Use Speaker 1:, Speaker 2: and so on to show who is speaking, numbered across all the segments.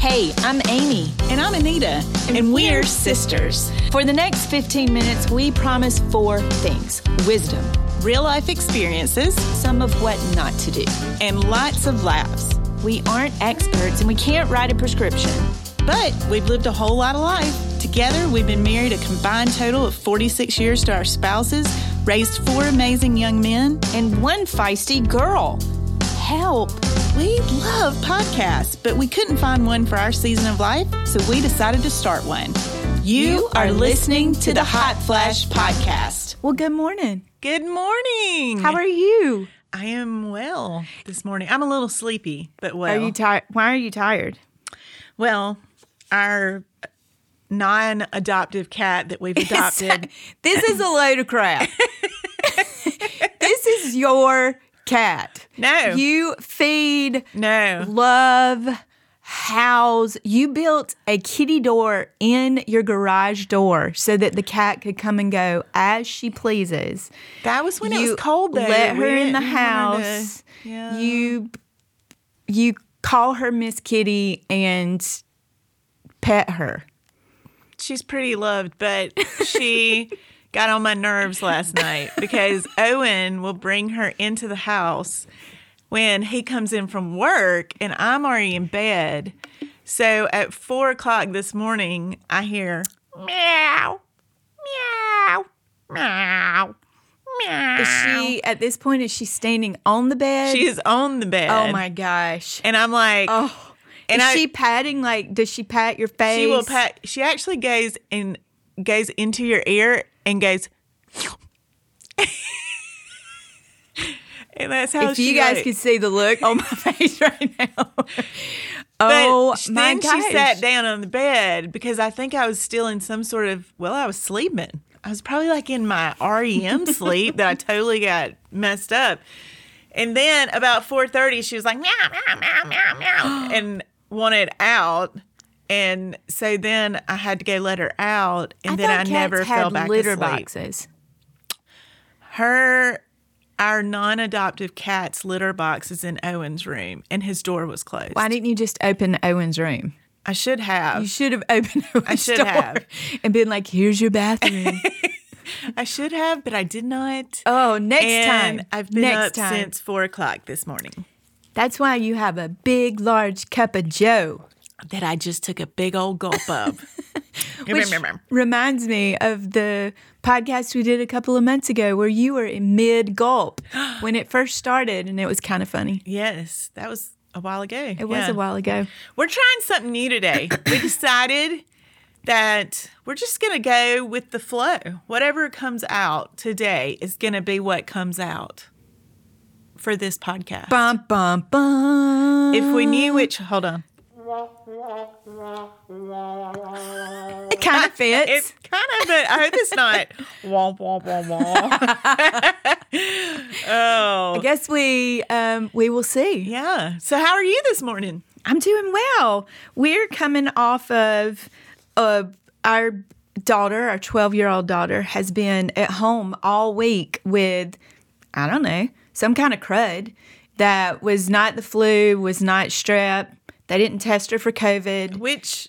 Speaker 1: Hey, I'm Amy.
Speaker 2: And I'm Anita.
Speaker 1: And, we're sisters. For the next 15 minutes, we promise four things wisdom,
Speaker 2: Real life experiences
Speaker 1: some of what not to do.
Speaker 2: and lots of laughs.
Speaker 1: We aren't experts and we can't write a prescription.
Speaker 2: But we've lived a whole lot of life. Together, we've been married a combined total of 46 years to our spouses, raised four amazing young men.
Speaker 1: And one feisty girl. Help.
Speaker 2: We love podcasts, but we couldn't find one for our season of life, so we decided to start one. You are listening to the Hot Flash Podcast.
Speaker 1: Well, good morning.
Speaker 2: Good morning.
Speaker 1: How are you?
Speaker 2: I am well this morning. I'm a little sleepy, but well.
Speaker 1: Are you tired? Why are you tired?
Speaker 2: Well, our non-adoptive cat that we've adopted.
Speaker 1: this is a load of crap. this is your cat.
Speaker 2: No.
Speaker 1: You feed
Speaker 2: no.
Speaker 1: love house you built a kitty door in your garage door so that the cat could come and go as she pleases
Speaker 2: That was when it
Speaker 1: You
Speaker 2: was cold though.
Speaker 1: let
Speaker 2: We
Speaker 1: her in
Speaker 2: didn't
Speaker 1: the
Speaker 2: want her to-
Speaker 1: house
Speaker 2: yeah.
Speaker 1: you you call her miss kitty and pet her
Speaker 2: She's pretty loved, but she got on my nerves last night because Owen will bring her into the house when he comes in from work and I'm already in bed. So at four o'clock this morning, I hear meow, meow, meow, meow.
Speaker 1: is she at this point is she standing on the bed
Speaker 2: She is on the bed.
Speaker 1: oh my gosh
Speaker 2: And I'm like,
Speaker 1: oh
Speaker 2: And
Speaker 1: is
Speaker 2: I-
Speaker 1: she patting like does she pat your face
Speaker 2: she will pat. She actually goes and goes into your ear and goes. and that's how
Speaker 1: if
Speaker 2: she
Speaker 1: you guys
Speaker 2: like-
Speaker 1: could see the look on my face right now.
Speaker 2: But
Speaker 1: oh
Speaker 2: sh-
Speaker 1: my
Speaker 2: then
Speaker 1: gosh.
Speaker 2: she sat down on the bed because I think I was still in some sort of well, I was sleeping. I was probably like in my REM sleep that I totally got messed up. And then about four thirty, she was like meow meow meow meow meow and wanted out. And so then I had to go let her out, and then
Speaker 1: thought
Speaker 2: I
Speaker 1: cats
Speaker 2: never
Speaker 1: had
Speaker 2: fell back
Speaker 1: litter
Speaker 2: asleep.
Speaker 1: boxes.
Speaker 2: Her, our non-adoptive cat's litter box is in Owen's room, and his door was closed.
Speaker 1: Why didn't you just open Owen's room?
Speaker 2: I should have.
Speaker 1: You should have opened Owen's I
Speaker 2: should
Speaker 1: door
Speaker 2: have.
Speaker 1: and been like, "Here's your bathroom."
Speaker 2: I should have, but I did not.
Speaker 1: oh, next
Speaker 2: and
Speaker 1: time.
Speaker 2: I've been
Speaker 1: next
Speaker 2: up
Speaker 1: time.
Speaker 2: since four o'clock this morning.
Speaker 1: That's why you have a big, large cup of Joe.
Speaker 2: That I just took a big old gulp of.
Speaker 1: Which reminds me of the podcast we did a couple of months ago where you were in mid gulp when it first started, and it was kind of funny.
Speaker 2: yes, that was a while ago.
Speaker 1: It was a while ago.
Speaker 2: We're trying something new today. we decided that we're just gonna go with the flow. Whatever comes out today is gonna be what comes out for this podcast.
Speaker 1: Bum bum bum.
Speaker 2: if we knew which, hold on,
Speaker 1: it kind of fits.
Speaker 2: It's kind of, but I hope it's not. womp, womp, womp, womp.
Speaker 1: I guess we um, we will see.
Speaker 2: Yeah. So, how are you this morning?
Speaker 1: I'm doing well. We're coming off of uh, our daughter, our 12 year old daughter, has been at home all week with, I don't know, some kind of crud that was not the flu, was not strep. They didn't test her for COVID.
Speaker 2: Which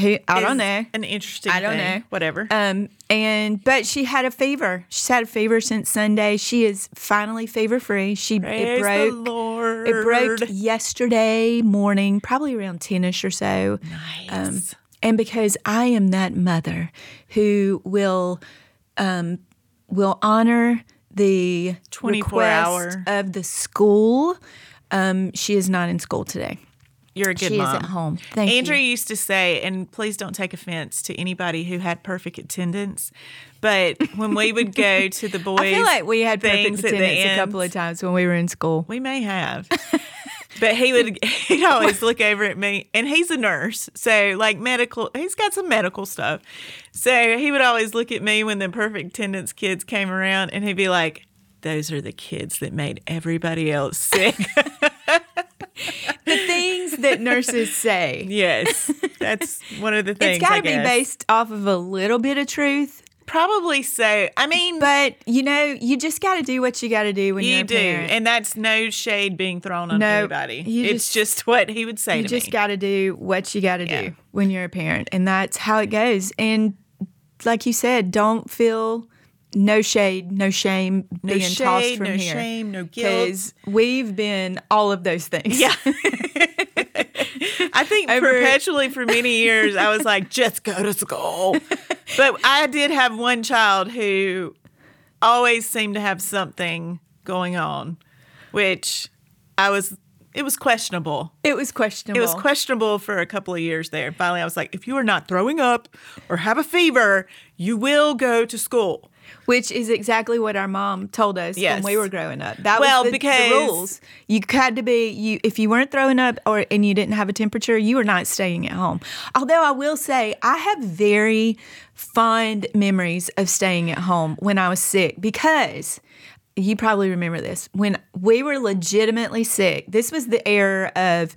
Speaker 1: Who, I
Speaker 2: is
Speaker 1: don't know.
Speaker 2: An interesting.
Speaker 1: I don't
Speaker 2: thing.
Speaker 1: know.
Speaker 2: Whatever.
Speaker 1: Um, and but she had a fever. She's had a fever since Sunday. She is finally fever free. She
Speaker 2: Praise
Speaker 1: it broke.
Speaker 2: the Lord.
Speaker 1: It broke yesterday morning, probably around 10 ish or so. Um,
Speaker 2: Nice.
Speaker 1: And because I am that mother who will um, will honor the
Speaker 2: 24
Speaker 1: request
Speaker 2: hour.
Speaker 1: of the school, um, she is not in school today.
Speaker 2: You're a good
Speaker 1: she
Speaker 2: mom.
Speaker 1: is at home. Thank
Speaker 2: Andrew
Speaker 1: you.
Speaker 2: used to say, and please don't take offense to anybody who had perfect attendance, but when we would go to the boys,
Speaker 1: I feel like we had perfect
Speaker 2: things at the
Speaker 1: attendance a couple of
Speaker 2: ends-
Speaker 1: times when we were in school.
Speaker 2: We may have. but he would he'd always look over at me and he's a nurse. So like medical he's got some medical stuff. So he would always look at me when the perfect attendance kids came around and he'd be like, Those are the kids that made everybody else sick.
Speaker 1: the things that nurses say.
Speaker 2: yes. That's one of the things.
Speaker 1: It's got
Speaker 2: I
Speaker 1: to be
Speaker 2: guess.
Speaker 1: based off of a little bit of truth,
Speaker 2: Probably so. I mean,
Speaker 1: But you know, you just got to do what you got to do when
Speaker 2: you
Speaker 1: are a
Speaker 2: do,
Speaker 1: parent.
Speaker 2: and that's no shade being thrown on
Speaker 1: No,
Speaker 2: anybody.
Speaker 1: you
Speaker 2: it's just, what he would say
Speaker 1: you
Speaker 2: to
Speaker 1: just
Speaker 2: me.
Speaker 1: got to do what you got to
Speaker 2: Yeah.
Speaker 1: do when you're a parent, and that's how it goes. And like you said, don't feel no shade, no shame
Speaker 2: no
Speaker 1: being tossed
Speaker 2: shade,
Speaker 1: from
Speaker 2: no
Speaker 1: here.
Speaker 2: shame, no guilt.
Speaker 1: because we've been all of those things.
Speaker 2: Yeah. I think
Speaker 1: Over-
Speaker 2: perpetually for many years I was like, just go to school. But I did have one child who always seemed to have something going on, which I was it was questionable.
Speaker 1: it was questionable.
Speaker 2: It was questionable for a couple of years there. Finally I was like, if you are not throwing up or have a fever, you will go to school.
Speaker 1: which is exactly what our mom told us
Speaker 2: Yes.
Speaker 1: when we were growing up. That
Speaker 2: Well,
Speaker 1: was the, the
Speaker 2: because-
Speaker 1: rules. You had to be you if you weren't throwing up or and you didn't have a temperature, you were not staying at home. Although I will say I have very fond memories of staying at home when I was sick because you probably remember this. When we were legitimately sick, this was the era of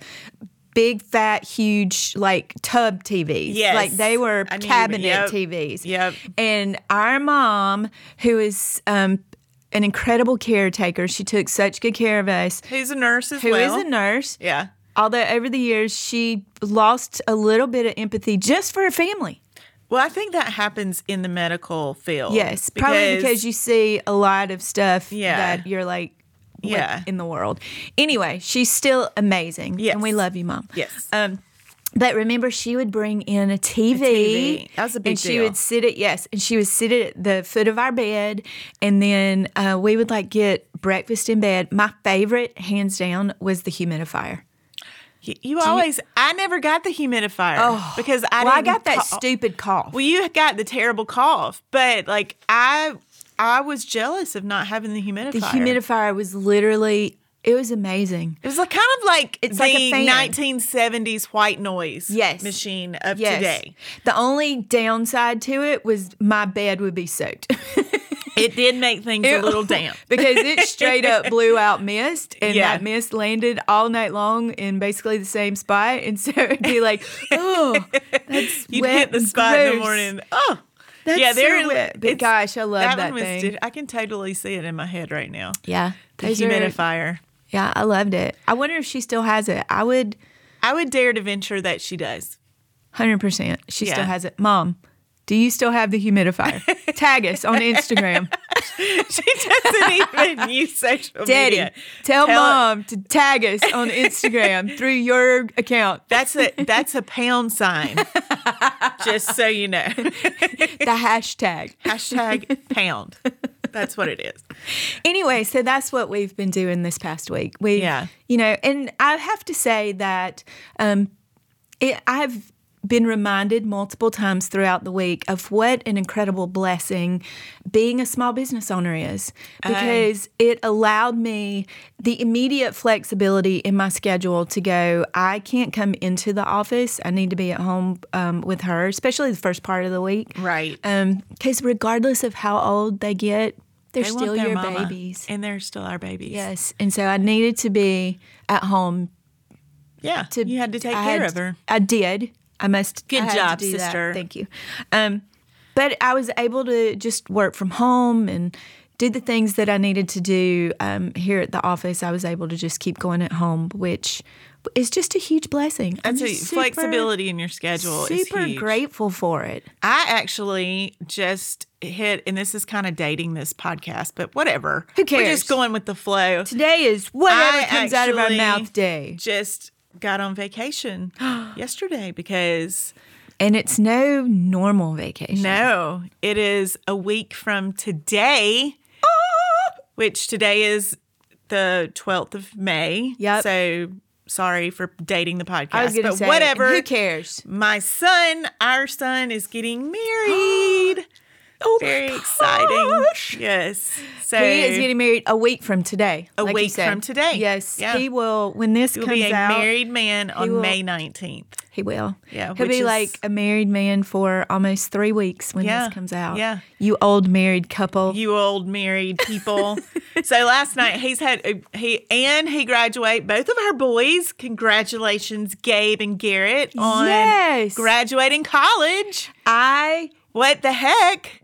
Speaker 1: big fat huge like tub TVs.
Speaker 2: Yes.
Speaker 1: Like they were
Speaker 2: I knew you-
Speaker 1: cabinet
Speaker 2: yep.
Speaker 1: TVs.
Speaker 2: Yep.
Speaker 1: And our mom, who is um, an incredible caretaker, she took such good care of us,
Speaker 2: Who's a nurse as
Speaker 1: Who is
Speaker 2: well?
Speaker 1: a nurse.
Speaker 2: yeah.
Speaker 1: Although over the years, she lost a little bit of empathy just for her family.
Speaker 2: Well, I think that happens in the medical field.
Speaker 1: Yes, probably because you see a lot of stuff
Speaker 2: Yeah.
Speaker 1: that you're like, what
Speaker 2: Yeah.
Speaker 1: in the world. Anyway, she's still amazing.
Speaker 2: Yes.
Speaker 1: And we love you, Mom.
Speaker 2: Yes.
Speaker 1: Um, but remember, she would bring in a TV.
Speaker 2: TV. That was a big
Speaker 1: And she
Speaker 2: deal.
Speaker 1: would sit at yes, and she would sit at the foot of our bed, and then uh, we would like get breakfast in bed. My favorite, hands down, was the humidifier.
Speaker 2: You, you always, I never got the humidifier because I
Speaker 1: Oh, well, I
Speaker 2: didn't
Speaker 1: got that
Speaker 2: cough.
Speaker 1: stupid cough.
Speaker 2: well, you got the terrible cough, but like I, I was jealous of not having the humidifier.
Speaker 1: the humidifier was literally it was amazing.
Speaker 2: It was like, kind of like
Speaker 1: It's
Speaker 2: the
Speaker 1: like a fan.
Speaker 2: 1970s white noise
Speaker 1: Yes.
Speaker 2: machine of
Speaker 1: Yes.
Speaker 2: today.
Speaker 1: The only downside to it was my bed would be soaked.
Speaker 2: It did make things a little damp.
Speaker 1: because it straight up blew out mist, and
Speaker 2: Yeah.
Speaker 1: that mist landed all night long in basically the same spot. And so it'd be like, oh, that's
Speaker 2: You'd
Speaker 1: wet
Speaker 2: hit the
Speaker 1: and
Speaker 2: spot in the
Speaker 1: gross.
Speaker 2: morning. Oh,
Speaker 1: That's
Speaker 2: yeah, there.
Speaker 1: so wet. But
Speaker 2: it's-
Speaker 1: gosh, I love that,
Speaker 2: one was
Speaker 1: thing.
Speaker 2: di- I can totally see it in my head right now.
Speaker 1: yeah,
Speaker 2: The
Speaker 1: those are-
Speaker 2: humidifier.
Speaker 1: yeah, I loved it. I wonder if she still has it. I would,
Speaker 2: I would dare to venture that she does.
Speaker 1: hundred percent. She
Speaker 2: Yeah.
Speaker 1: still has it. Mom, do you still have the humidifier? Tag us on Instagram.
Speaker 2: She doesn't even use social
Speaker 1: Daddy,
Speaker 2: media.
Speaker 1: tell,
Speaker 2: Tell-
Speaker 1: mom to tag us on Instagram through your account.
Speaker 2: That's a that's a pound sign. just so you know.
Speaker 1: The hashtag.
Speaker 2: Hashtag pound. That's what it is.
Speaker 1: Anyway, so that's what we've been doing this past week. We,
Speaker 2: Yeah.
Speaker 1: you know, and I have to say that um, it, I've been reminded multiple times throughout the week of what an incredible blessing being a small business owner is
Speaker 2: Uh.
Speaker 1: because it allowed me the immediate flexibility in my schedule to go i can't come into the office i need to be at home um, with her especially the first part of the week
Speaker 2: Right.
Speaker 1: because regardless of how old they get they're
Speaker 2: They want
Speaker 1: still
Speaker 2: their
Speaker 1: your
Speaker 2: mama,
Speaker 1: babies
Speaker 2: And they're still our babies.
Speaker 1: yes and so i needed to be at home
Speaker 2: Yeah.
Speaker 1: to-
Speaker 2: you had to take
Speaker 1: I
Speaker 2: care
Speaker 1: had-
Speaker 2: of her.
Speaker 1: I did. I must.
Speaker 2: Good
Speaker 1: I had to
Speaker 2: job,
Speaker 1: do that.
Speaker 2: sister.
Speaker 1: Thank you. Um, but I was able to just work from home and do the things that I needed to do um, here at the office. I was able to just keep going at home, which is just a huge blessing. I'm
Speaker 2: That's a,
Speaker 1: just super-
Speaker 2: flexibility in your schedule is
Speaker 1: Super
Speaker 2: huge.
Speaker 1: grateful for it.
Speaker 2: I actually just hit, and this is kind of dating this podcast, but whatever.
Speaker 1: Who
Speaker 2: We're
Speaker 1: cares?
Speaker 2: just going with the flow.
Speaker 1: Today is whatever
Speaker 2: I
Speaker 1: comes out of our
Speaker 2: actually-
Speaker 1: mouth day,
Speaker 2: Just got on vacation yesterday because
Speaker 1: and it's no normal vacation.
Speaker 2: No, it is a week from today, which today is the 12th of May.
Speaker 1: Yep.
Speaker 2: So sorry for dating the podcast,
Speaker 1: I was going to
Speaker 2: but
Speaker 1: say
Speaker 2: whatever.
Speaker 1: Who cares?
Speaker 2: My son, our son, is getting married.
Speaker 1: Oh my
Speaker 2: Very exciting.
Speaker 1: gosh.
Speaker 2: Yes. So
Speaker 1: He is getting married a week from today.
Speaker 2: A
Speaker 1: like you
Speaker 2: week
Speaker 1: said.
Speaker 2: from today.
Speaker 1: Yes,
Speaker 2: Yeah.
Speaker 1: he will. When this
Speaker 2: he'll
Speaker 1: comes
Speaker 2: be a
Speaker 1: out,
Speaker 2: married man on
Speaker 1: will-
Speaker 2: May 19th.
Speaker 1: he will.
Speaker 2: Yeah,
Speaker 1: he'll
Speaker 2: which
Speaker 1: be
Speaker 2: is-
Speaker 1: like a married man for almost three weeks when
Speaker 2: Yeah,
Speaker 1: this comes out.
Speaker 2: yeah.
Speaker 1: you old married couple.
Speaker 2: you old married people. so last night he's had uh, he and he graduate both of our boys. Congratulations, Gabe and Garrett, on
Speaker 1: Yes.
Speaker 2: graduating college.
Speaker 1: I
Speaker 2: What the heck?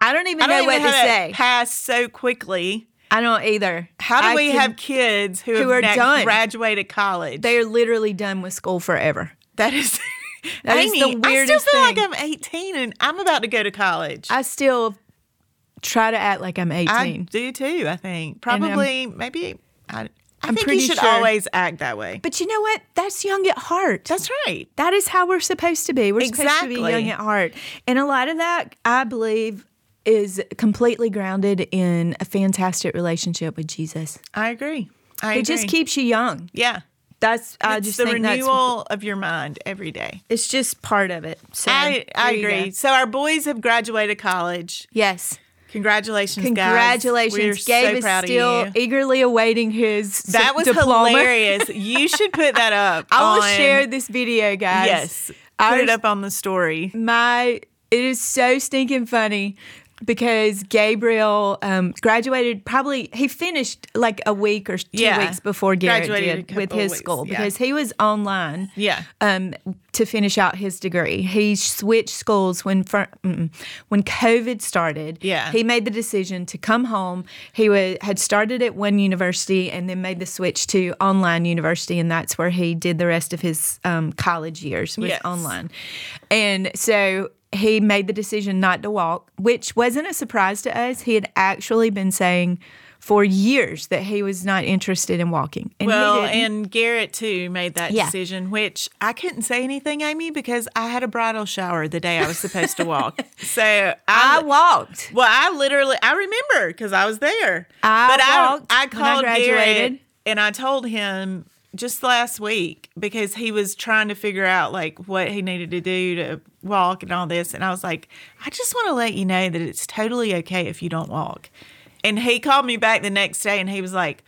Speaker 1: I don't even
Speaker 2: I
Speaker 1: know
Speaker 2: don't
Speaker 1: what
Speaker 2: even know
Speaker 1: to
Speaker 2: how
Speaker 1: say.
Speaker 2: that passed so quickly.
Speaker 1: I don't either.
Speaker 2: How do
Speaker 1: I
Speaker 2: we
Speaker 1: can-
Speaker 2: have kids who, have
Speaker 1: are
Speaker 2: now
Speaker 1: done.
Speaker 2: graduated college?
Speaker 1: They are literally done with school forever.
Speaker 2: that is.
Speaker 1: That is
Speaker 2: Amy,
Speaker 1: the
Speaker 2: I
Speaker 1: weirdest
Speaker 2: still feel
Speaker 1: thing.
Speaker 2: like I'm 18 and I'm about to go to college.
Speaker 1: I still try to act like I'm 18.
Speaker 2: I do too. I think
Speaker 1: I'm-
Speaker 2: probably maybe. I, I
Speaker 1: I'm
Speaker 2: think you
Speaker 1: pretty
Speaker 2: should
Speaker 1: sure-
Speaker 2: always act that way.
Speaker 1: but you know what? That's young at heart.
Speaker 2: That's right.
Speaker 1: That is how we're supposed to be. We're supposed to be
Speaker 2: Exactly.
Speaker 1: young at heart. And a lot of that, I believe, is completely grounded in a fantastic relationship with Jesus.
Speaker 2: I agree.
Speaker 1: It
Speaker 2: I agree.
Speaker 1: just keeps you young.
Speaker 2: yeah.
Speaker 1: That's I
Speaker 2: it's
Speaker 1: just
Speaker 2: the
Speaker 1: think that's
Speaker 2: renewal of your mind every day.
Speaker 1: it's just part of it. So
Speaker 2: I, I
Speaker 1: there you go.
Speaker 2: agree. So our boys have graduated college.
Speaker 1: Yes.
Speaker 2: Congratulations,
Speaker 1: Congratulations.
Speaker 2: guys! We're
Speaker 1: Gabe
Speaker 2: so
Speaker 1: is
Speaker 2: proud
Speaker 1: still
Speaker 2: of you.
Speaker 1: eagerly awaiting his
Speaker 2: That was
Speaker 1: diploma.
Speaker 2: hilarious. You should put that up.
Speaker 1: I will
Speaker 2: on-
Speaker 1: share this video, guys.
Speaker 2: Yes, put
Speaker 1: Our
Speaker 2: it up on the story.
Speaker 1: my it is so stinking funny because Gabriel um, graduated probably he finished like a week or two
Speaker 2: Yeah.
Speaker 1: weeks before Garrett
Speaker 2: Graduated a
Speaker 1: did with
Speaker 2: couple
Speaker 1: his
Speaker 2: weeks,
Speaker 1: school
Speaker 2: yeah.
Speaker 1: because he was online
Speaker 2: Yeah.
Speaker 1: um, to finish out his degree. He switched schools when fir- mm-mm. when COVID started.
Speaker 2: Yeah.
Speaker 1: he made the decision to come home. He wa had started at one university and then made the switch to online university, and that's where he did the rest of his um, college years was
Speaker 2: Yes.
Speaker 1: online. And so he made the decision not to walk, which wasn't a surprise to us. He had actually been saying for years that he was not interested in walking. And he
Speaker 2: Well,
Speaker 1: didn't.
Speaker 2: and Garrett too made that
Speaker 1: Yeah.
Speaker 2: decision, which I couldn't say anything, Amy, because I had a bridal shower the day I was supposed to walk. So I,
Speaker 1: I walked.
Speaker 2: well, I literally I remember because I was there.
Speaker 1: I
Speaker 2: but I
Speaker 1: walked
Speaker 2: I
Speaker 1: when I
Speaker 2: called Garrett
Speaker 1: graduated.
Speaker 2: and I told him just last week because he was trying to figure out like what he needed to do to walk and all this, and I was like, I just want to let you know that it's totally okay if you don't walk. And he called me back the next day, and he was like.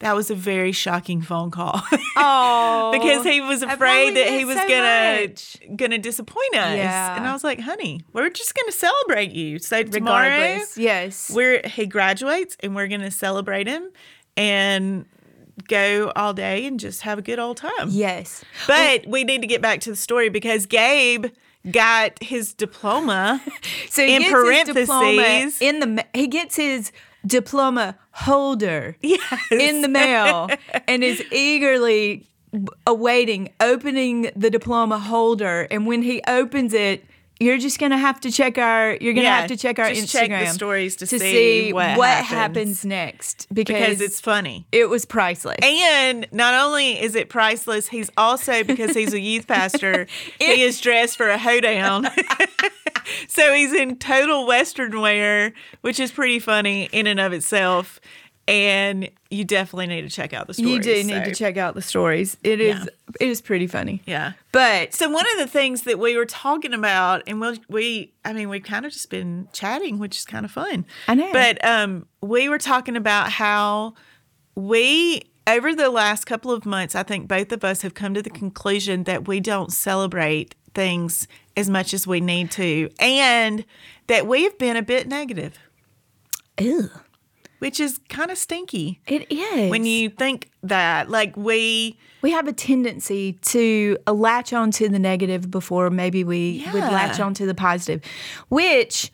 Speaker 2: That was a very shocking phone call.
Speaker 1: Oh,
Speaker 2: because he was
Speaker 1: that
Speaker 2: afraid
Speaker 1: probably
Speaker 2: that he
Speaker 1: meant
Speaker 2: was
Speaker 1: so
Speaker 2: gonna
Speaker 1: much.
Speaker 2: gonna disappoint us.
Speaker 1: Yeah.
Speaker 2: And I was like, honey, we're just gonna celebrate you. So tomorrow
Speaker 1: regardless. Yes.
Speaker 2: we're he graduates and we're gonna celebrate him and go all day and just have a good old time.
Speaker 1: Yes.
Speaker 2: But we need to get back to the story because Gabe got his diploma.
Speaker 1: So he
Speaker 2: In
Speaker 1: gets his diploma
Speaker 2: parentheses-
Speaker 1: in the ma- he gets his diploma holder
Speaker 2: yes.
Speaker 1: in the mail and is eagerly awaiting opening the diploma holder and when he opens it you're just gonna have to check our you're gonna
Speaker 2: Yeah,
Speaker 1: have to check our
Speaker 2: just
Speaker 1: Instagram
Speaker 2: check the stories to see
Speaker 1: see
Speaker 2: what happens.
Speaker 1: happens next because,
Speaker 2: because it's funny.
Speaker 1: it was priceless.
Speaker 2: And not only is it priceless, he's also because he's a youth pastor, he is dressed for a hoedown. so he's in total western wear, which is pretty funny in and of itself. And you definitely need to check out the story.
Speaker 1: you do need to check out the stories. It is it is pretty funny.
Speaker 2: Yeah.
Speaker 1: But
Speaker 2: So one of the things that we were talking about, and we we I mean we've kind of just been chatting, which is kind of fun.
Speaker 1: I know.
Speaker 2: But um, we were talking about how we over the last couple of months, I think both of us have come to the conclusion that we don't celebrate things as much as we need to, and that we've been a bit negative,
Speaker 1: ew,
Speaker 2: which is kind of stinky.
Speaker 1: it is
Speaker 2: When you think that, like we
Speaker 1: we have a tendency to uh, latch onto the negative before maybe we would
Speaker 2: Yeah.
Speaker 1: latch onto the positive, which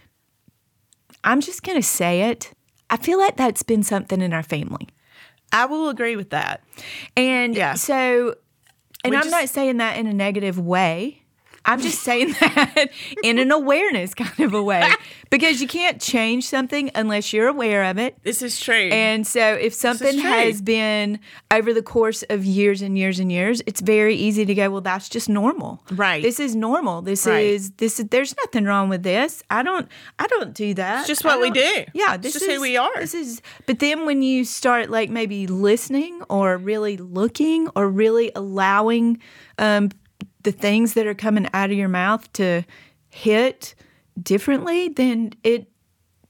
Speaker 1: I'm just going to say it. I feel like that's been something in our family.
Speaker 2: I will agree with that.
Speaker 1: And
Speaker 2: Yeah.
Speaker 1: so, and
Speaker 2: We
Speaker 1: I'm
Speaker 2: just-
Speaker 1: not saying that in a negative way. I'm just saying that in an awareness kind of a way because you can't change something unless you're aware of it.
Speaker 2: This is true.
Speaker 1: And so, if something
Speaker 2: true.
Speaker 1: has been over the course of years and years and years, it's very easy to go, "Well, that's just normal."
Speaker 2: Right.
Speaker 1: This is normal. This
Speaker 2: Right.
Speaker 1: is this. is There's nothing wrong with this. I don't. I don't do that.
Speaker 2: It's just
Speaker 1: I
Speaker 2: what we
Speaker 1: don't-
Speaker 2: do.
Speaker 1: Yeah.
Speaker 2: It's
Speaker 1: This
Speaker 2: just
Speaker 1: is
Speaker 2: who we are.
Speaker 1: This is. But then when you start like maybe listening or really looking or really allowing um, the things that are coming out of your mouth to hit differently, then it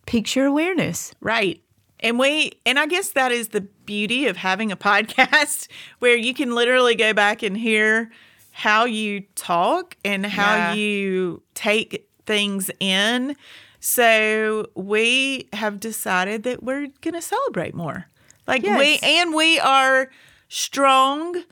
Speaker 1: piques your awareness.
Speaker 2: Right. And we and I guess that is the beauty of having a podcast where you can literally go back and hear how you talk and how
Speaker 1: Yeah.
Speaker 2: you take things in. So we have decided that we're going to celebrate more. Like we
Speaker 1: Yes.
Speaker 2: and we are strong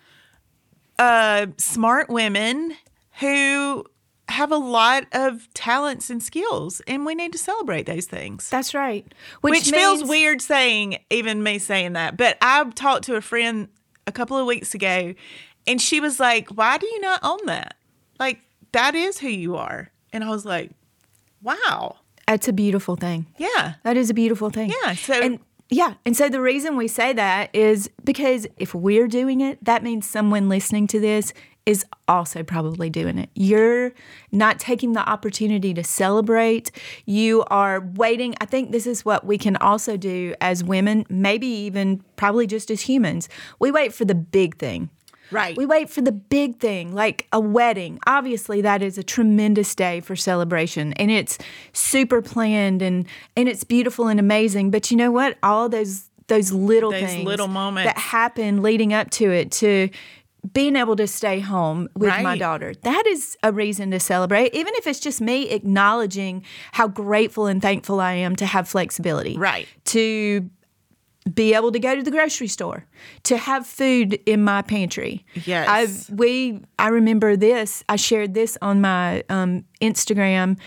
Speaker 2: uh smart women who have a lot of talents and skills, and we need to celebrate those things.
Speaker 1: That's right.
Speaker 2: Which, feels
Speaker 1: means-
Speaker 2: weird saying, even me saying that. But I talked to a friend a couple of weeks ago, and she was like, Why do you not own that? Like, that is who you are. And I was like, Wow.
Speaker 1: That's a beautiful thing.
Speaker 2: Yeah.
Speaker 1: That is a beautiful thing.
Speaker 2: Yeah, so-
Speaker 1: and yeah, and so the reason we say that is because if we're doing it, that means someone listening to this is also probably doing it. You're not taking the opportunity to celebrate. You are waiting. I think this is what we can also do as women, maybe even probably just as humans. We wait for the big thing.
Speaker 2: Right.
Speaker 1: We wait for the big thing, like a wedding. Obviously, that is a tremendous day for celebration and it's super planned and and it's beautiful and amazing, but you know what? All those those little
Speaker 2: Those
Speaker 1: things
Speaker 2: little
Speaker 1: that
Speaker 2: moments.
Speaker 1: happen leading up to it to being able to stay home with my
Speaker 2: Right.
Speaker 1: daughter. That is a reason to celebrate, even if it's just me acknowledging how grateful and thankful I am to have flexibility.
Speaker 2: Right.
Speaker 1: To be able to go to the grocery store, to have food in my pantry.
Speaker 2: Yes.
Speaker 1: I've, we, I remember this. I shared this on my um, Instagram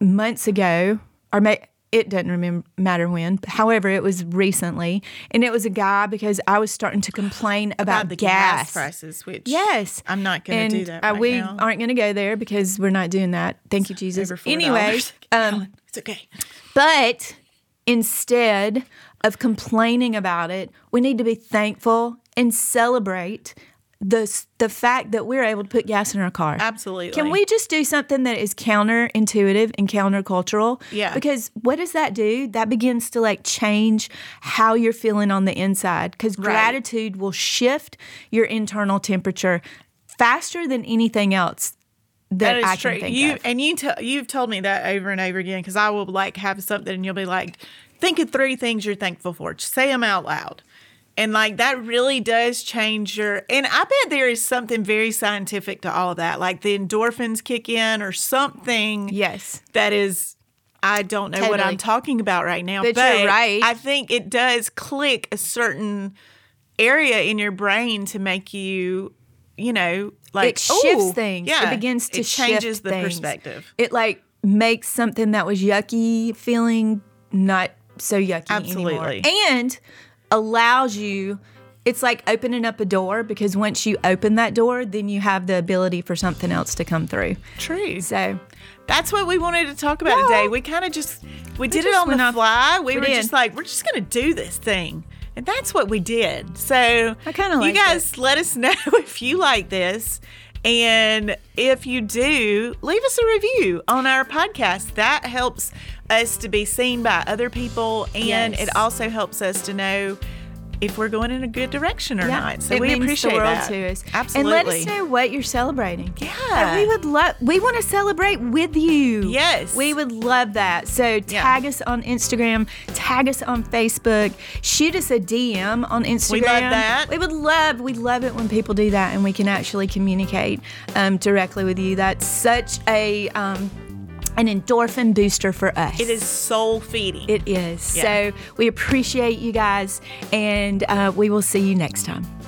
Speaker 1: months ago, or may, it doesn't remember, matter when. However, it was recently, and it was a guy because I was starting to complain about,
Speaker 2: About the
Speaker 1: gas.
Speaker 2: gas prices, which
Speaker 1: Yes,
Speaker 2: I'm not going
Speaker 1: And,
Speaker 2: to do that.
Speaker 1: uh,
Speaker 2: right
Speaker 1: we
Speaker 2: now.
Speaker 1: aren't going to go there because we're not doing that. Thank you, Jesus.
Speaker 2: Over $4
Speaker 1: Anyway,
Speaker 2: a
Speaker 1: um,
Speaker 2: gallon. it's okay.
Speaker 1: but instead of complaining about it, we need to be thankful and celebrate the s- the fact that we're able to put gas in our car.
Speaker 2: Absolutely.
Speaker 1: Can we just do something that is counterintuitive and countercultural?
Speaker 2: Yeah.
Speaker 1: Because what does that do? That begins to like change how you're feeling on the inside. Because gratitude will shift your internal temperature faster than anything else that,
Speaker 2: That is
Speaker 1: I can
Speaker 2: true.
Speaker 1: think
Speaker 2: you
Speaker 1: of.
Speaker 2: and you tell you've told me that over and over again because I will like have something and you'll be like, think of three things you're thankful for. Just say them out loud, and like that really does change your. And I bet there is something very scientific to all of that, like the endorphins kick in or something.
Speaker 1: Yes.
Speaker 2: that is. I don't know what
Speaker 1: Totally.
Speaker 2: I'm talking about right now,
Speaker 1: But you're right.
Speaker 2: I think it does click a certain area in your brain to make you, you know, like
Speaker 1: it shifts
Speaker 2: "Ooh,
Speaker 1: things.
Speaker 2: Yeah,
Speaker 1: it begins to
Speaker 2: it changes
Speaker 1: shift
Speaker 2: the
Speaker 1: things.
Speaker 2: perspective.
Speaker 1: It like makes something that was yucky feeling not so yucky
Speaker 2: Absolutely.
Speaker 1: anymore, and allows you. It's like opening up a door because once you open that door, then you have the ability for something else to come through.
Speaker 2: True.
Speaker 1: So
Speaker 2: That's what we wanted to talk about
Speaker 1: Yeah.
Speaker 2: today. We kind of just we did it
Speaker 1: just
Speaker 2: on the
Speaker 1: went off-
Speaker 2: fly. We,
Speaker 1: we
Speaker 2: were
Speaker 1: did.
Speaker 2: just like, we're just gonna do this thing. And that's what we did. So
Speaker 1: I kinda
Speaker 2: you
Speaker 1: liked
Speaker 2: guys let us know if you like this. And if you do, leave us a review on our podcast. That helps us to be seen by other people and
Speaker 1: Yes.
Speaker 2: it also helps us to know if we're going in a good direction or not. So
Speaker 1: it
Speaker 2: we
Speaker 1: means
Speaker 2: appreciate
Speaker 1: the world
Speaker 2: that.
Speaker 1: to us.
Speaker 2: Absolutely.
Speaker 1: and let us know what you're celebrating.
Speaker 2: Yeah.
Speaker 1: And we would love. We want to celebrate with you.
Speaker 2: Yes.
Speaker 1: we would love that. So tag us on Instagram, tag us on Facebook, shoot us a DM on Instagram.
Speaker 2: that.
Speaker 1: We would love. We love it when people do that, and we can actually communicate um, directly with you. That's such a um, an endorphin booster for us.
Speaker 2: It is soul feeding.
Speaker 1: It is.
Speaker 2: Yeah.
Speaker 1: So we appreciate you guys, and uh, we will see you next time.